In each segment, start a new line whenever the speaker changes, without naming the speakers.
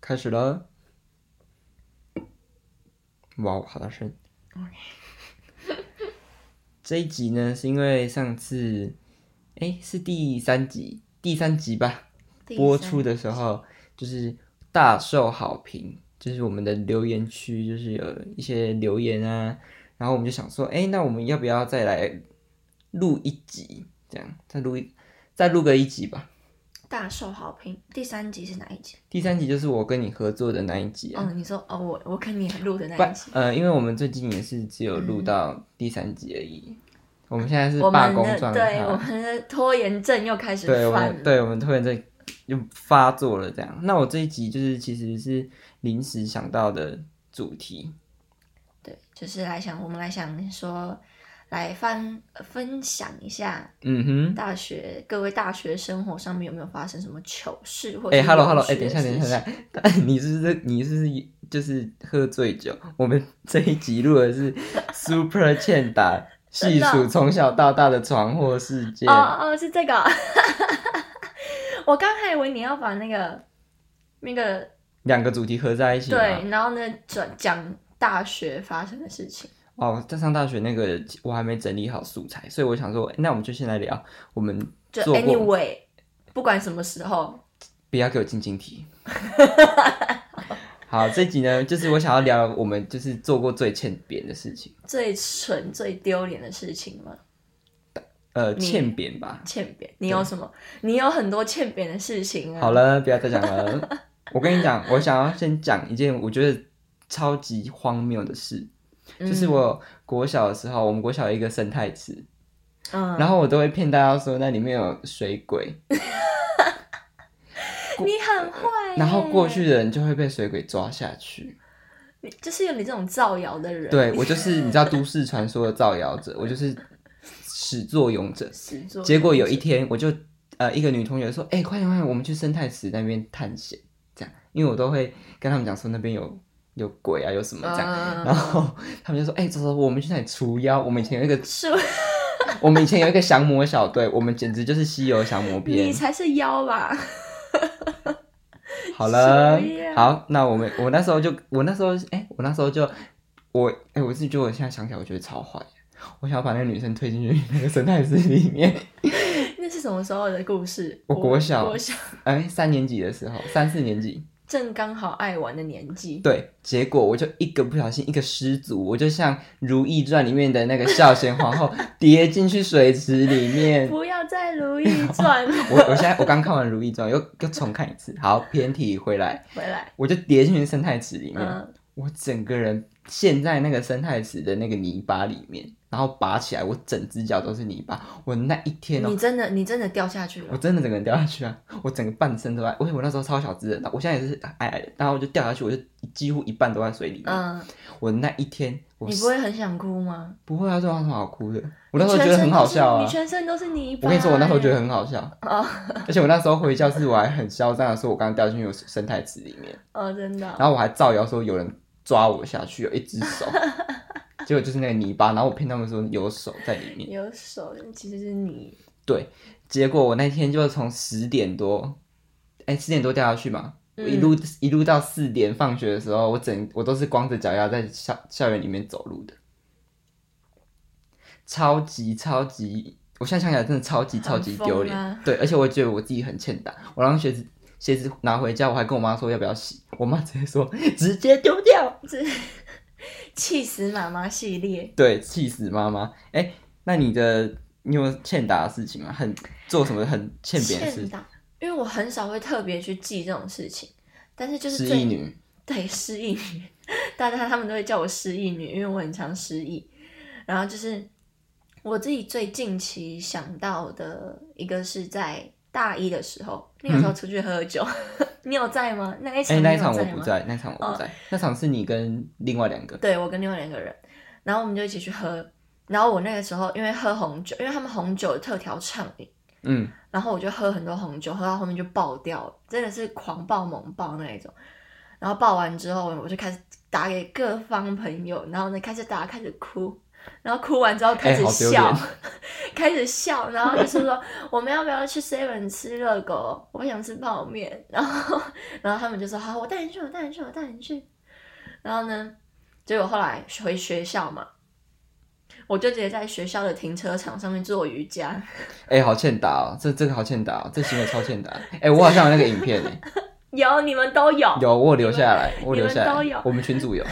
开始了。哇，好大声！这一集呢，是因为上次，哎、是第三集，第三集吧，
第
播
三
出的时候就是大受好评，就是我们的留言区就是有一些留言啊，然后我们就想说，哎、那我们要不要再来录一集？这样再录一再录个一集吧。
大受好评。第三集是哪一集？
第三集就是我跟你合作的那一集啊，
哦，你说哦，我我跟你录的那
不
一集，，
呃，因为我们最近也是只有录到第三集而已。我们现在是
嗯我
罢
们
工
的
状
对我
态，
们的拖延症又开始
对，我
犯
们
了。
对我们突然在又发作了这样。那我这一集就是其实是临时想到的主题，
对，就是来想，我们来想说，来翻呃分享一下
嗯哼，
大学各位大学生活上面有没有发生什么糗事或者
哎、
是
h e l l o
有
Hello，哎、
趣
等一下，等
的
一下，
事情
等一下， 你是不是你是不是就是喝醉酒？我们 这一集录的是 Super 欠打，细
真的
数从小到大的闯祸事件。
哦哦，是这个 哦。我刚还以为你要把那个那个
两个主题合在一起吗？
对，然后呢转讲大学发生的事情。
哦，在上大学那个我还没整理好素材，所以我想说，那我们就先来聊我们
就
做过
anyway，不管什么时候，
不要给我进晶 体。好，这集呢，就是我想要聊我们就是做过最欠扁的事情，
最蠢、最丢脸的事情吗？
呃，
你
欠扁吧。
欠扁，你有什么？你有很多欠扁的事情啊。
好，了，不要再讲 了。我跟你讲，我想要先讲一件我觉得超级荒谬的事，就是我国小的时候，我们国小有一个生态池，
嗯，
然后我都会骗大家说那里面有水鬼，
你很坏耶。
然后过
哎
去的人就会被水鬼抓下去。
你，就是有你这种造谣的人，
对我就是你知道都市传说的造谣者，我就是始作俑者。
始作俑者。
结果有一天，我就呃一个女同学说：“哎、快点快点，我们去生态池那边探险。”这样，因为我都会跟他们讲说那边有有鬼啊，有什么这样。
嗯，
然后他们就说：“哎、走走，我们去那里除妖。我们以前有一个，
是
我们以前有一个降魔小队，我们简直就是西游降魔篇。
你才是妖吧？
好了
什么呀，
好，那我们我那时候就我那时候哎、我那时候就我哎、我是觉得我现在想起来，我觉得超坏。我想要把那个女生推进去那个生态池里面。
那是什么时候的故事？
我国小
国小
哎、三年级的时候，三四年级，
正刚好爱玩的年纪。
对，结果我就一个不小心，一个失足，我就像《如懿传》里面的那个孝贤皇后跌进去水池里面。
不要再《如懿传》
我我现在我刚看完《如懿传》，又又重看一次。好，偏题回来，
回来，
我就跌进去生态池里面。
嗯，
我整个人陷在那个生态池的那个泥巴里面，然后拔起来，我整只脚都是泥巴。我那一天哦、
你真的你真的掉下去
我
了，
真的整个人掉下去啊！我整个半身都在，我我那时候超小只的，我现在也是矮矮的，然后我就掉下去，我就几乎一半都在水里面。
嗯，
我那一天，我
你不会很想哭吗？
不会啊，这有什么好哭的？我
我
那时候觉得很好笑啊
你！全身都是泥巴。
我跟你说，我那时候觉得
哎
很好笑，
哦
而且我那时候回教室，我还很嚣张的说，我刚刚掉进去有生态池里面，
哦，真的哦，
然后我还造谣说有人抓我下去，有一只手， 结果就是那个泥巴，然后我骗他们说有手在里面，
有手其实是你，
结果我那天就从十点多，哎、十点多掉下去嘛，我一
嗯
路、一路到四点放学的时候，我整我都是光着脚丫在校校园里面走路的，超级超级，我现在想起来真的超级超级
很疯
丢脸，
啊
对，而且我觉得我自己很欠打，我让鞋子鞋子拿回家，我还跟我妈说要不要洗，我妈直接说直接丢掉，
气死妈妈系列。
对，气死妈妈。哎、那你的你有欠打的事情吗？很做什么很欠扁的事
欠？打，因为我很少会特别去记这种事情，但是就是
失
最
忆女，
对失忆女， 大家他们都会叫我失忆女，因为我很常失忆。然后就是我自己最近期想到的一个是在大一的时候，那个时候出去喝酒， 你有在吗？那
嗯
一
哎、
场你
那一
有
场我
吗
不在，那场我不
哦
在，那场是你跟另外两个，
对我跟另外两个人，然后我们就一起去喝。然后我那个时候因为喝红酒，因为他们红酒有特调畅饮，
嗯，
然后我就喝很多红酒，喝到后面就爆掉了，真的是狂爆猛爆那一种。然后爆完之后，我就开始打给各方朋友，然后呢开始打，开始哭，然后哭完之后开始
哎好丢
笑，
脸
开始笑，然后就是说我们要不要去 Seven 吃热狗？我想吃泡面。然后，然后他们就说好，我带你去，我带你去，我带你去。然后呢，结果后来回学校嘛，我就直接在学校的停车场上面做瑜伽。
哎、好欠打哦，这这个好欠打哦，这行为超欠打。哎、我好像有那个影 片哎，
有，你们都有。
有我有留下来，我有留下
你们都
来
有，
我们群主有。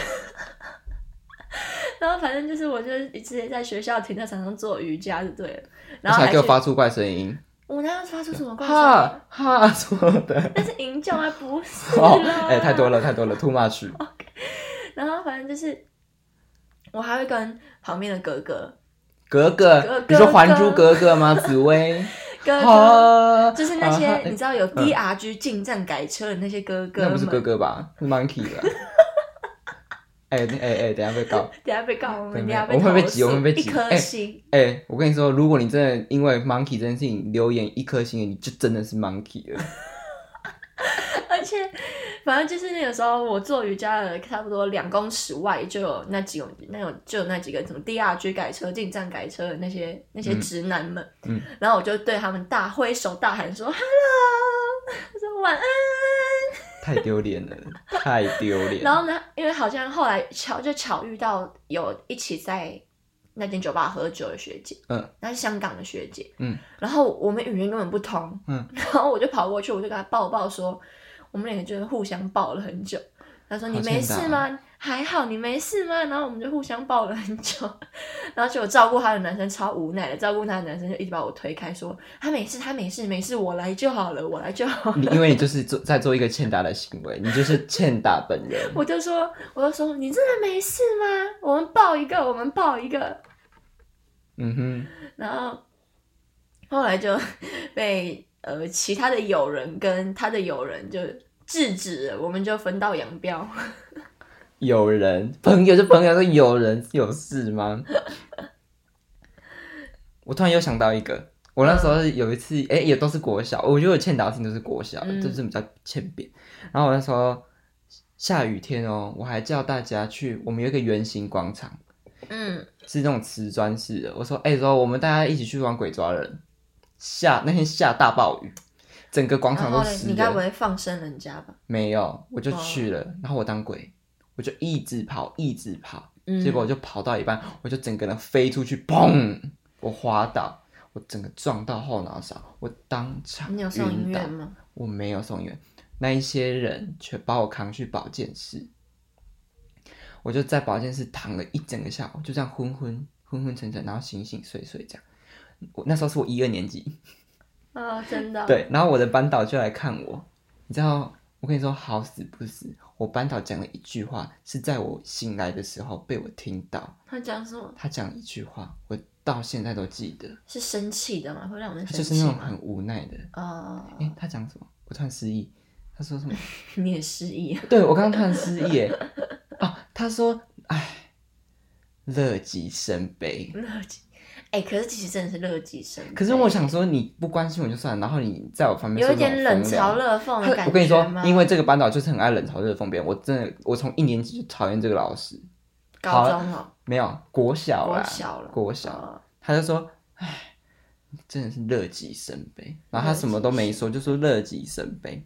然后反正就是，我就是直接在学校停车场上做瑜伽就对了。
而
然后
且
还
还给我
去
发出怪声音，
我哪有发出什 么怪声？
哈哈什么的。
那是营救啊，不是啦
哦， 哎、太多了，太多了，too much。
哦然后反正就是，我还会跟旁边的哥哥，
格格，
格格
你说《还珠格格》吗？紫 薇，
哥哥、
哈，
就是那些、
啊哈
你知道有 DRG 进站改车的那些哥哥
那
们，
不是哥哥吧？是 Monkey 吧？哎哎哎，等一下被告！
等一下被告，我们
对
等一下
我们会被
投诉
挤我们会被
一
挤
颗
哎
星。
哎、我跟你说，如果你真的因为 Monkey 这件事情留言一颗星，你就真的是 Monkey 了。
而且反正就是那个时候，我做瑜伽的差不多两公尺外就有那几种，那种就有那几个什么 DRG 改车、进站改车的那些那些直男们，
嗯
然后我就对他们大挥手大喊说 “hello”，我 说晚安。
太丢脸了，太丢脸。
然后呢，因为好像后来巧就巧遇到有一起在那间酒吧喝酒的学姐，
嗯，
那是香港的学姐，
嗯，
然后我们语言根本不通，
嗯，
然后我就跑过去，我就跟她抱抱说，我们两个就是互相抱了很久。她说：“
好
你没
欠
事
打
吗？还好，你没事吗？”然后我们就互相抱了很久， 然后结果照顾她的男生超无奈的，照顾她的男生就一直把我推开，说：“他没事，他没事，没事，我来就好了，我来就好了。”
你因为你就是做在做一个欠打的行为，你就是欠打本人。
我就说，我就说，你真的没事吗？我们抱一个，我们抱一个。
嗯哼，
然后后来就被呃其他的友人跟他的友人就制止了，我们就分道扬镳。
有人朋友是朋友，说有人 有事吗？我突然又想到一个，我那时候是有一次，哎、也都是国小，我觉得我欠打的事情都是国小，
嗯
就是比较欠扁。然后我那时候下雨天哦，我还叫大家去，我们有一个圆形广场。
嗯，
是那种瓷砖式的。我说，哎、说我们大家一起去玩鬼抓人。下那天下大暴雨，整个广
然
场
后
都
嘞，
湿
你该
了
不。会放生人家吧？
没有，我就去了，然后我当鬼，我就一直跑，一直跑，
嗯，
结果我就跑到一半，我就整个人飞出去，砰！我滑倒，我整个撞到后脑勺，我当场
你有送医
晕倒
院。吗？
我没有送医院，那一些人全把我扛去保健室，我就在保健室躺了一整个下午，就这样昏昏昏昏沉沉，然后醒醒睡睡这样。我那时候是我一二年级，
啊、真的。
对，然后我的班导就来看我，你知道，我跟你说好死不死，我班导讲了一句话，是在我醒来的时候被我听到，
他讲什么？
他讲了一句话，我到现在都记得，
是生气的嘛？会让我们
他
生
就是
气
那种
吗？
很无奈的，
哦，
诶、他讲什么？我突然失忆，他说什么？
你也失忆啊？
对我刚刚突然失忆耶， 啊，他说，哎，乐极生悲。
乐极，哎、可是其实真的是乐极生悲。
可是我想说，你不关心我就算，然后你在我旁边说
有一
这种
点冷
风
嘲
凉
热讽的
他
感觉
我跟你说，因
为
为这个班导就是很爱冷嘲热讽别人，我真的，我从一年级就讨厌这个老师，
高中哦，
没有国小啦，
国小了
国小
哦
他就说，哎，真的是乐极生悲。然后他什么都没说，就说乐极生悲。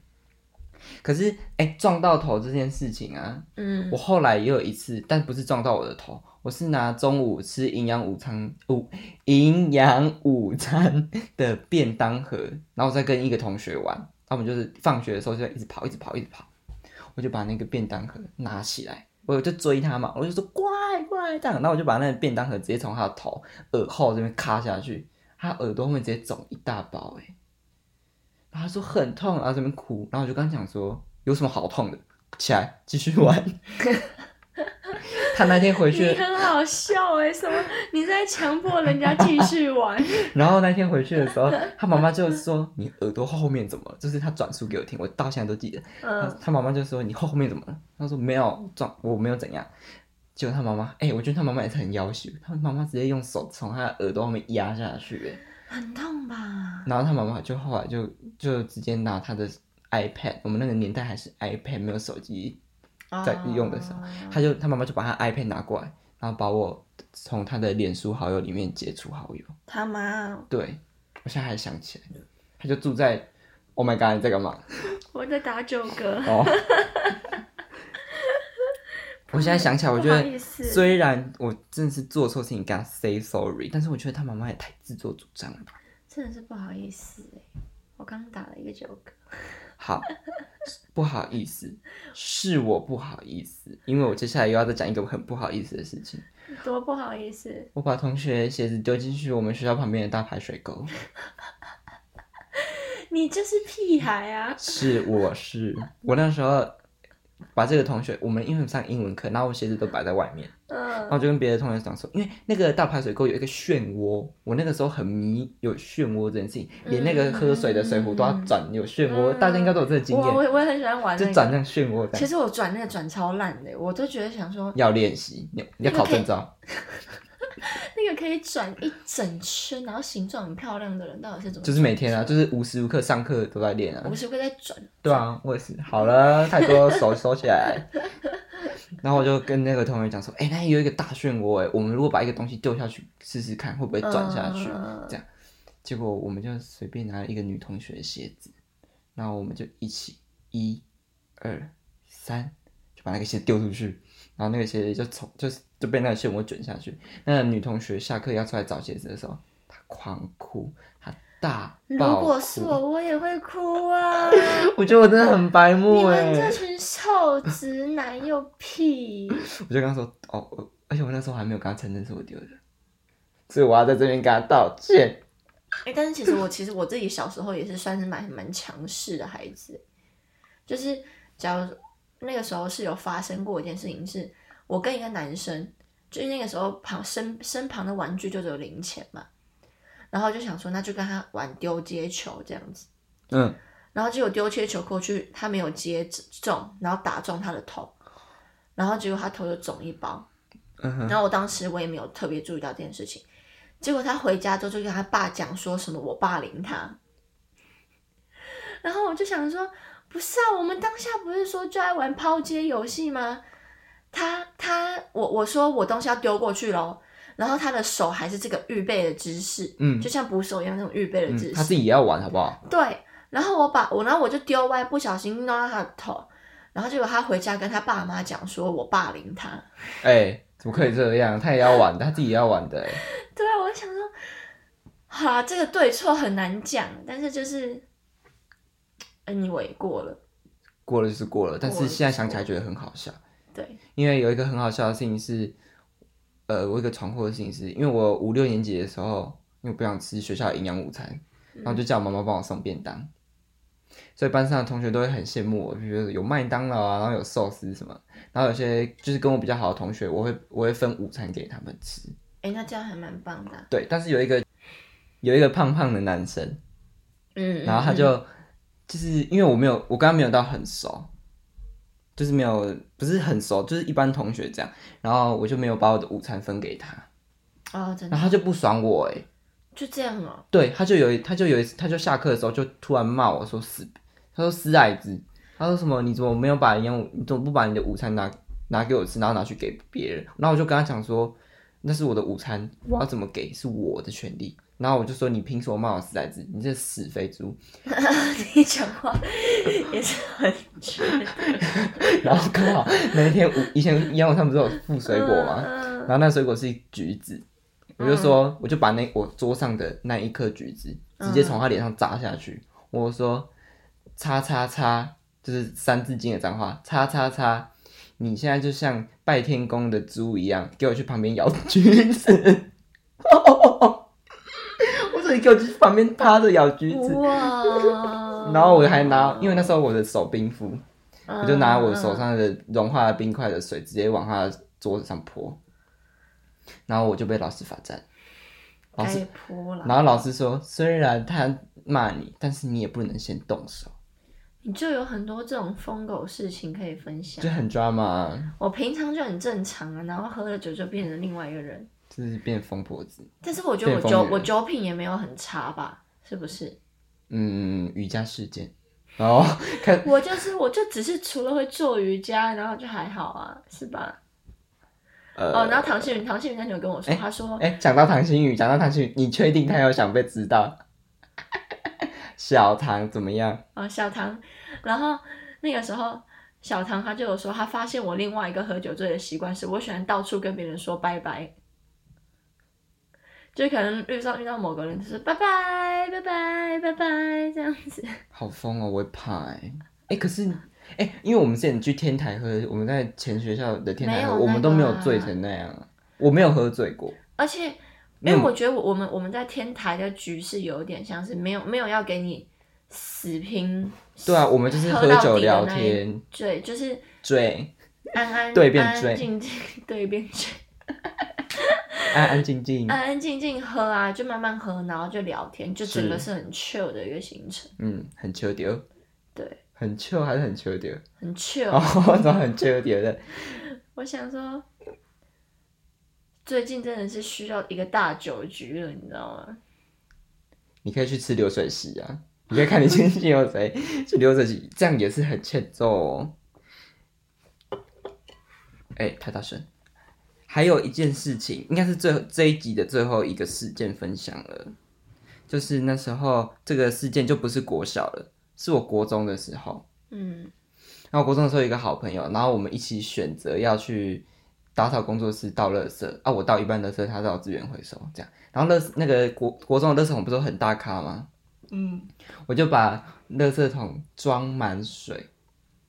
可是，哎、撞到头这件事情啊，
嗯，
我后来也有一次，但不是撞到我的头，我是拿中午吃营养午餐午营养午餐的便当盒，然后我再跟一个同学玩，他们就是放学的时候就在一直跑，一直跑，一直跑，我就把那个便当盒拿起来，我就追他嘛，我就说乖乖这样，然后我就把那个便当盒直接从他的头耳后这边卡下去，他耳朵后面直接肿一大包哎、欸然后他说很痛，然后这边哭，然后我就跟他讲说有什么好痛的，起来继续玩。 他那天回去
你，很好笑哎、什么？你在强迫人家继续玩？
然后那天回去的时候，他妈妈就说你耳朵后面怎么了？就是他转述给我听，我到现在都记得。他
嗯，
他妈妈就说你后面怎么了？他说没有撞，我没有怎样。结果他妈妈，哎、我觉得他妈妈也是很要求，他妈妈直接用手从他的耳朵后面压下去、哎
很痛吧？
然后他妈妈就后来啊就就直接拿他的 iPad，我们那个年代还是 iPad 没有手机，在用的时候
哦
他就他妈妈就把他 iPad 拿过来，然然后把我从他的脸书好友里面解除好友。
他妈哦，
对，我现在还想起来，他就住在，Oh my god，你在干嘛？
我在打九嗝，
哦，我现在想起来，我觉
不好
得
意思
虽然我真的是做错事情跟他 say sorry，但是我觉得他妈妈也太自作主张了吧。
真的是不好意思哎，我刚打了一个九嗝。
好，不好意思，是我不好意思，因为我接下来又要再讲一个很不好意思的事情。
多不好意思，
我把同学鞋子丢进去我们学校旁边的大排水沟，
你就是屁孩啊！
是我是我那时候把这个同学，我们因为上英文课，然后我鞋子都摆在外面，然
嗯，
后就跟别的同学讲说，因为那个大排水沟有一个漩涡，我那个时候很迷有漩涡这件事情，连那个喝水的水壶都要转有漩涡，
嗯
大家应该都有这个经
我我
验，
也我也很喜欢玩
就
那
转
个。
那个漩涡这
其
样。
实我转那个转超烂的，欸我都觉得想说
要练习，你你要考证照，
那个可以转一整圈，然后形状很漂亮的人到底是怎么？
就是每天啊，就是无时无刻上课都在练啊
无。时无刻在转。
对啊，我也是。好了，太多手收起来。 然后我就跟那个同学讲说，哎、那有一个大漩涡，哎，我们如果把一个东西丢下去试试看，会不会转下去？
嗯
这样，结果我们就随便拿了一个女同学的鞋子，然后我们就一起一、二、三，就把那个鞋丢出去，然后那个鞋子就从就是就被那个漩涡卷下去。那个女同学下课要出来找鞋子的时候，她狂哭，她大
如
爆
果是
哭
我，我也会哭 啊！
我觉得我真的很白
你
目哎、
们这群臭直男又屁！
我就跟他说哦，我而且我那时候还没有跟他承认是我丢的，所以我要在这边跟他道歉。
哎、但是其实我其实我自己小时候也是算是蛮蛮强势的孩子，就是假如那个时候是有发生过一件事情是，我跟一个男生，就是那个时候旁身身旁的玩具就只有零钱嘛，然后就想说那就跟他玩丢接球这样子，
嗯，
然后结果丢接球过去，他没有接中，然后打中他的头，然后结果他头就肿一包，
嗯哼，
然后我当时我也没有特别注意到这件事情，结果他回家之后就跟他爸讲说什么我霸凌他，然后我就想说，不是啊，我们当下不是说就爱玩抛接游戏吗？他他我我说我东西要丢过去喽，然后他的手还是这个预备的姿势，
嗯
就像捕手一样那种预备的姿
嗯，
势，
他自己也要玩好不好？
对，然后我把我，然后我就丢歪，不小心弄到他的头，然后结果他回家跟他爸妈讲说我霸凌他。
哎、怎么可以这样？他也要玩，他自己也要玩的、哎
对啊，我就想说，好啦，这个对错很难讲，但是就是，嗯，你违过了，
过了就是过了，但是现在想起来觉得很好笑，
对，
因为有一个很好笑的事情是，呃，我有一个闯祸的事情是，因为我五六年级的时候，因为我不想吃学校的营养午餐，
嗯
然后就叫我妈妈帮我送便当。所以班上的同学都会很羡慕我，比如说有麦当劳啊，然后有寿司什么，然后有些就是跟我比较好的同学，我会我会分午餐给他们吃。
哎，那这样还蛮棒的啊、
对，但是有一个有一个胖胖的男生，
嗯，
然后他
嗯，
就就是因为我没有我跟他没有到很熟，就是没有不是很熟，就是一般同学这样，然后我就没有把我的午餐分给他，
嗯哦，真的
然后他就不爽我哎、
就这样哦，
对，他就有一，他就有一次，他就下课的时候就突然骂我说死，他说死矮子，他说什么你怎么没有把营养午，你怎么不把你的午餐拿拿给我吃，然后拿去给别人？然后我就跟他讲说，那是我的午餐，我要怎么给是我的权利。然后我就说你凭什么骂我死矮子？你这死肥猪！
你讲话也是很绝
然后刚好那一天午以前营养午餐不是有附水果吗？
嗯
然后那水果是橘子，我就说，我就把那我桌上的那一颗橘子直接从他脸上砸下去。我说，叉叉叉，就是三字经的脏话，叉叉叉，你现在就像拜天公的猪一样，给我去旁边咬橘子。 我说你给我去旁边趴着咬橘子。
哇，
然后我还拿，因为那时候我的手冰敷，
嗯
我就拿我手，上的融化的冰块的水直接往他的桌子上泼，然后我就被老师罚站。老师
该泼了，
然后老师说，虽然他骂你，但是你也不能先动手，
你就有很多这种疯狗事情可以分享
就。很 drama，啊
我平常就很正常啊，然后喝了酒就变成另外一个人。
就是变疯婆子。
但是我觉得我
变
酒
疯女人
我酒品也没有很差吧，是不是？
嗯，瑜伽事件，然后看
我就是我就只是除了会做瑜伽，然后就还好啊，是吧？
呃，
哦，然后唐诗云，唐诗云那天有跟我说，他说
哎、讲到唐心宇，讲到唐心宇，你确定他有想被知道？ 小唐怎么样？
啊、小唐，然后那个时候小唐他就有说，他发现我另外一个喝酒醉的习惯是，我喜欢到处跟别人说拜拜，就可能遇到遇到某个人就是拜拜拜拜拜拜这样子，
好疯哦，我会怕哎、哎、可是哎、因为我们之前去天台喝，我们在前学校的天台
没有
喝，
那个
我们都没有
啊
醉成那样啊，我没有喝醉过。
而且因
嗯
为我觉得我我们我们在天台的局是有点像是没有没有要给你死拼，
对啊，我们就是
喝
喝
到
酒
底的
聊
那一
天
对，就是
醉，
安安
对变
安
醉
安静 静对变醉。
安安静 静。
安安静静喝啊，就慢慢喝，然后就聊天，就是整个是很 chill 的一个行程，
嗯，很秋丢。
对，
很秋还是很秋丢？
很 chill。
哦， 怎么很秋丢的？
我想说，最近真的是需要一个大酒局了，你知道吗？
你可以去吃流水席啊，你可以看你亲戚有谁去流水席，这样也是很欠揍哦。哎、太大声！还有一件事情，应该是最后这一集的最后一个事件分享了，就是那时候这个事件就不是国小了，是我国中的时候。
嗯，
然后国中的时候有一个好朋友，然后我们一起选择要去打扫工作室倒垃圾啊，我倒一半垃圾，他倒资源回收这样。然后垃那个国国中的垃圾桶不是都很大咖吗？
嗯，
我就把垃圾桶装满水，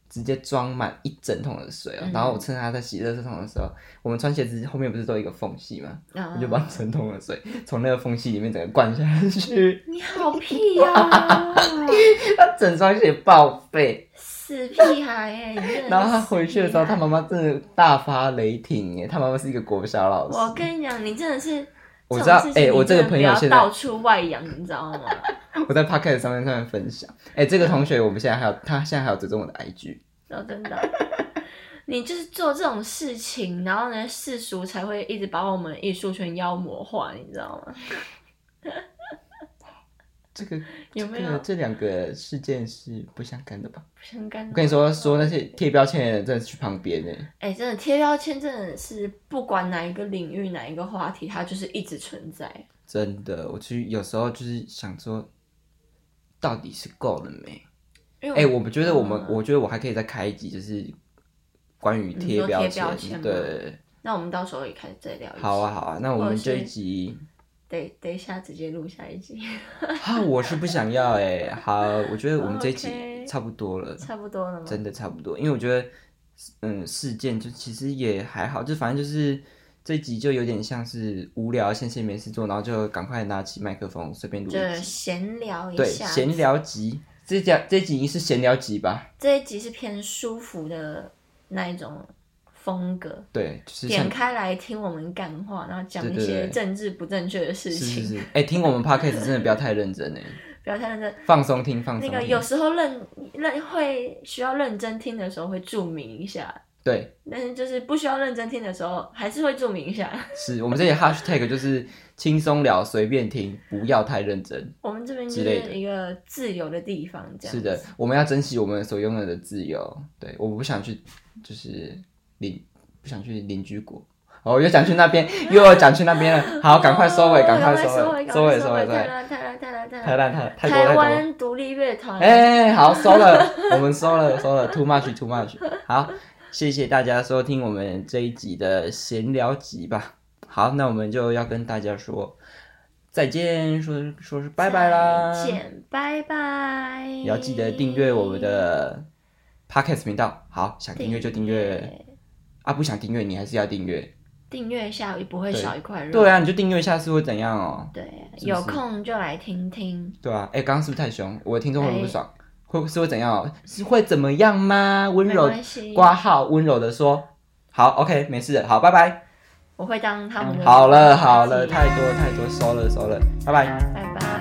直接装满一整桶的水哦。
嗯
然后我趁他在洗垃圾桶的时候，我们穿鞋子后面不是都有一个缝隙吗？
啊
我就把整桶的水从那个缝隙里面整个灌下去，
你好屁啊呀、
他整双鞋报废。
死屁孩哎、你真的是
然后他回去的时候，
死
他
屁
妈
孩
妈真的大发雷霆耶！他妈妈是一个国小老师，
我跟你讲，你真的是。
我知道
这种事情
哎我
你真
这
的
个朋友
不
现
要
在
到处外扬，你知道吗？
我在 podcast 上面上面分享。哎、这
嗯
个同学我们现在还有，他现在还有追踪我的 IG，
然哦后真的，你就是做这种事情，然后呢，世俗才会一直把我们艺术圈妖魔化，你知道吗？
这个
有没有
这个这两个事件是不相干的吧？
不相干。
我跟你，说，说那些贴标签的人真的是去旁边欸呢。
哎、真的贴标签真的是不管哪一个领域、哪一个话题，它就是一直存在。
真的，我去有时候就是想说，到底是够了没？
因
哎、
为
我们觉得我们，
嗯
我觉得我还可以再开一集，就是关于
你
贴
说贴
标
标签吗
对，
那我们到时候也开始再聊一集。
好，啊，好啊，那我
或
们
者是
这一集。
等等一下直接录下一集，
啊，我是不想要哎、好，我觉得我们这一 集
哦 OK
差不多了
差不多了吗？
真的差不多，因为我觉得，嗯，事件就其实也还好，就反正就是这一集就有点像是无聊，闲闲没事做，然后就赶快拿起麦克风随便录
就
一集，
闲聊一
对，
下。
闲聊集，这集这集已经是闲聊集吧？
这一集是偏舒服的那一种风格。
对，就是像
点开来听我们干话，然后讲一
对对
些
对
政治不正确的事
是
情，
是是，哎、听我们 podcast 真的不要太认真哎、
不要太认真。
放松听，放松
那
听，
个有时候认认会需要认真听的时候会注明一下，
对，
但是就是不需要认真听的时候还是会注明一下。
是我们这里 hashtag 就是轻松聊，随便听，不要太认真。
我们这边就
之类的
是一个自由的地方，这样
是的，我们要珍惜我们所拥有的自由。对，我不想去，就是邻，不想去邻居国。哦，我又想去那 边，又要讲去那边了。好，赶快收尾，
哦
赶快
收
尾，收
收
尾，
尾，
收尾，收
太
尾。
啦太啦太啦太
太
啦！
烂，太太多，太
台
多。
湾独立乐团，
哎、好，收了，我们收了，收了，too much，too much。好，谢谢大家收听我们这一集的闲聊集吧。好，那我们就要跟大家说再见，说说是拜拜啦，
再见，拜拜！
也要记得订阅我们的 podcast 频道。好，想订阅就订阅啊，不想订阅你还是要订阅。
订阅一下，不会
对
少一块肉。
对啊，你就订阅一下是会怎样哦？
对啊，
是不
有
是
空就来听听。
对啊，哎，刚刚是不是太凶？我的听众会不会不爽？
哎
会是会怎样哦？是会怎么样吗？温
没
柔
关系，
挂号，温柔的说，好，OK，没事的，好，拜拜。
我会当他们的。
好了好了，太多太多，收了收了，拜拜。
拜拜。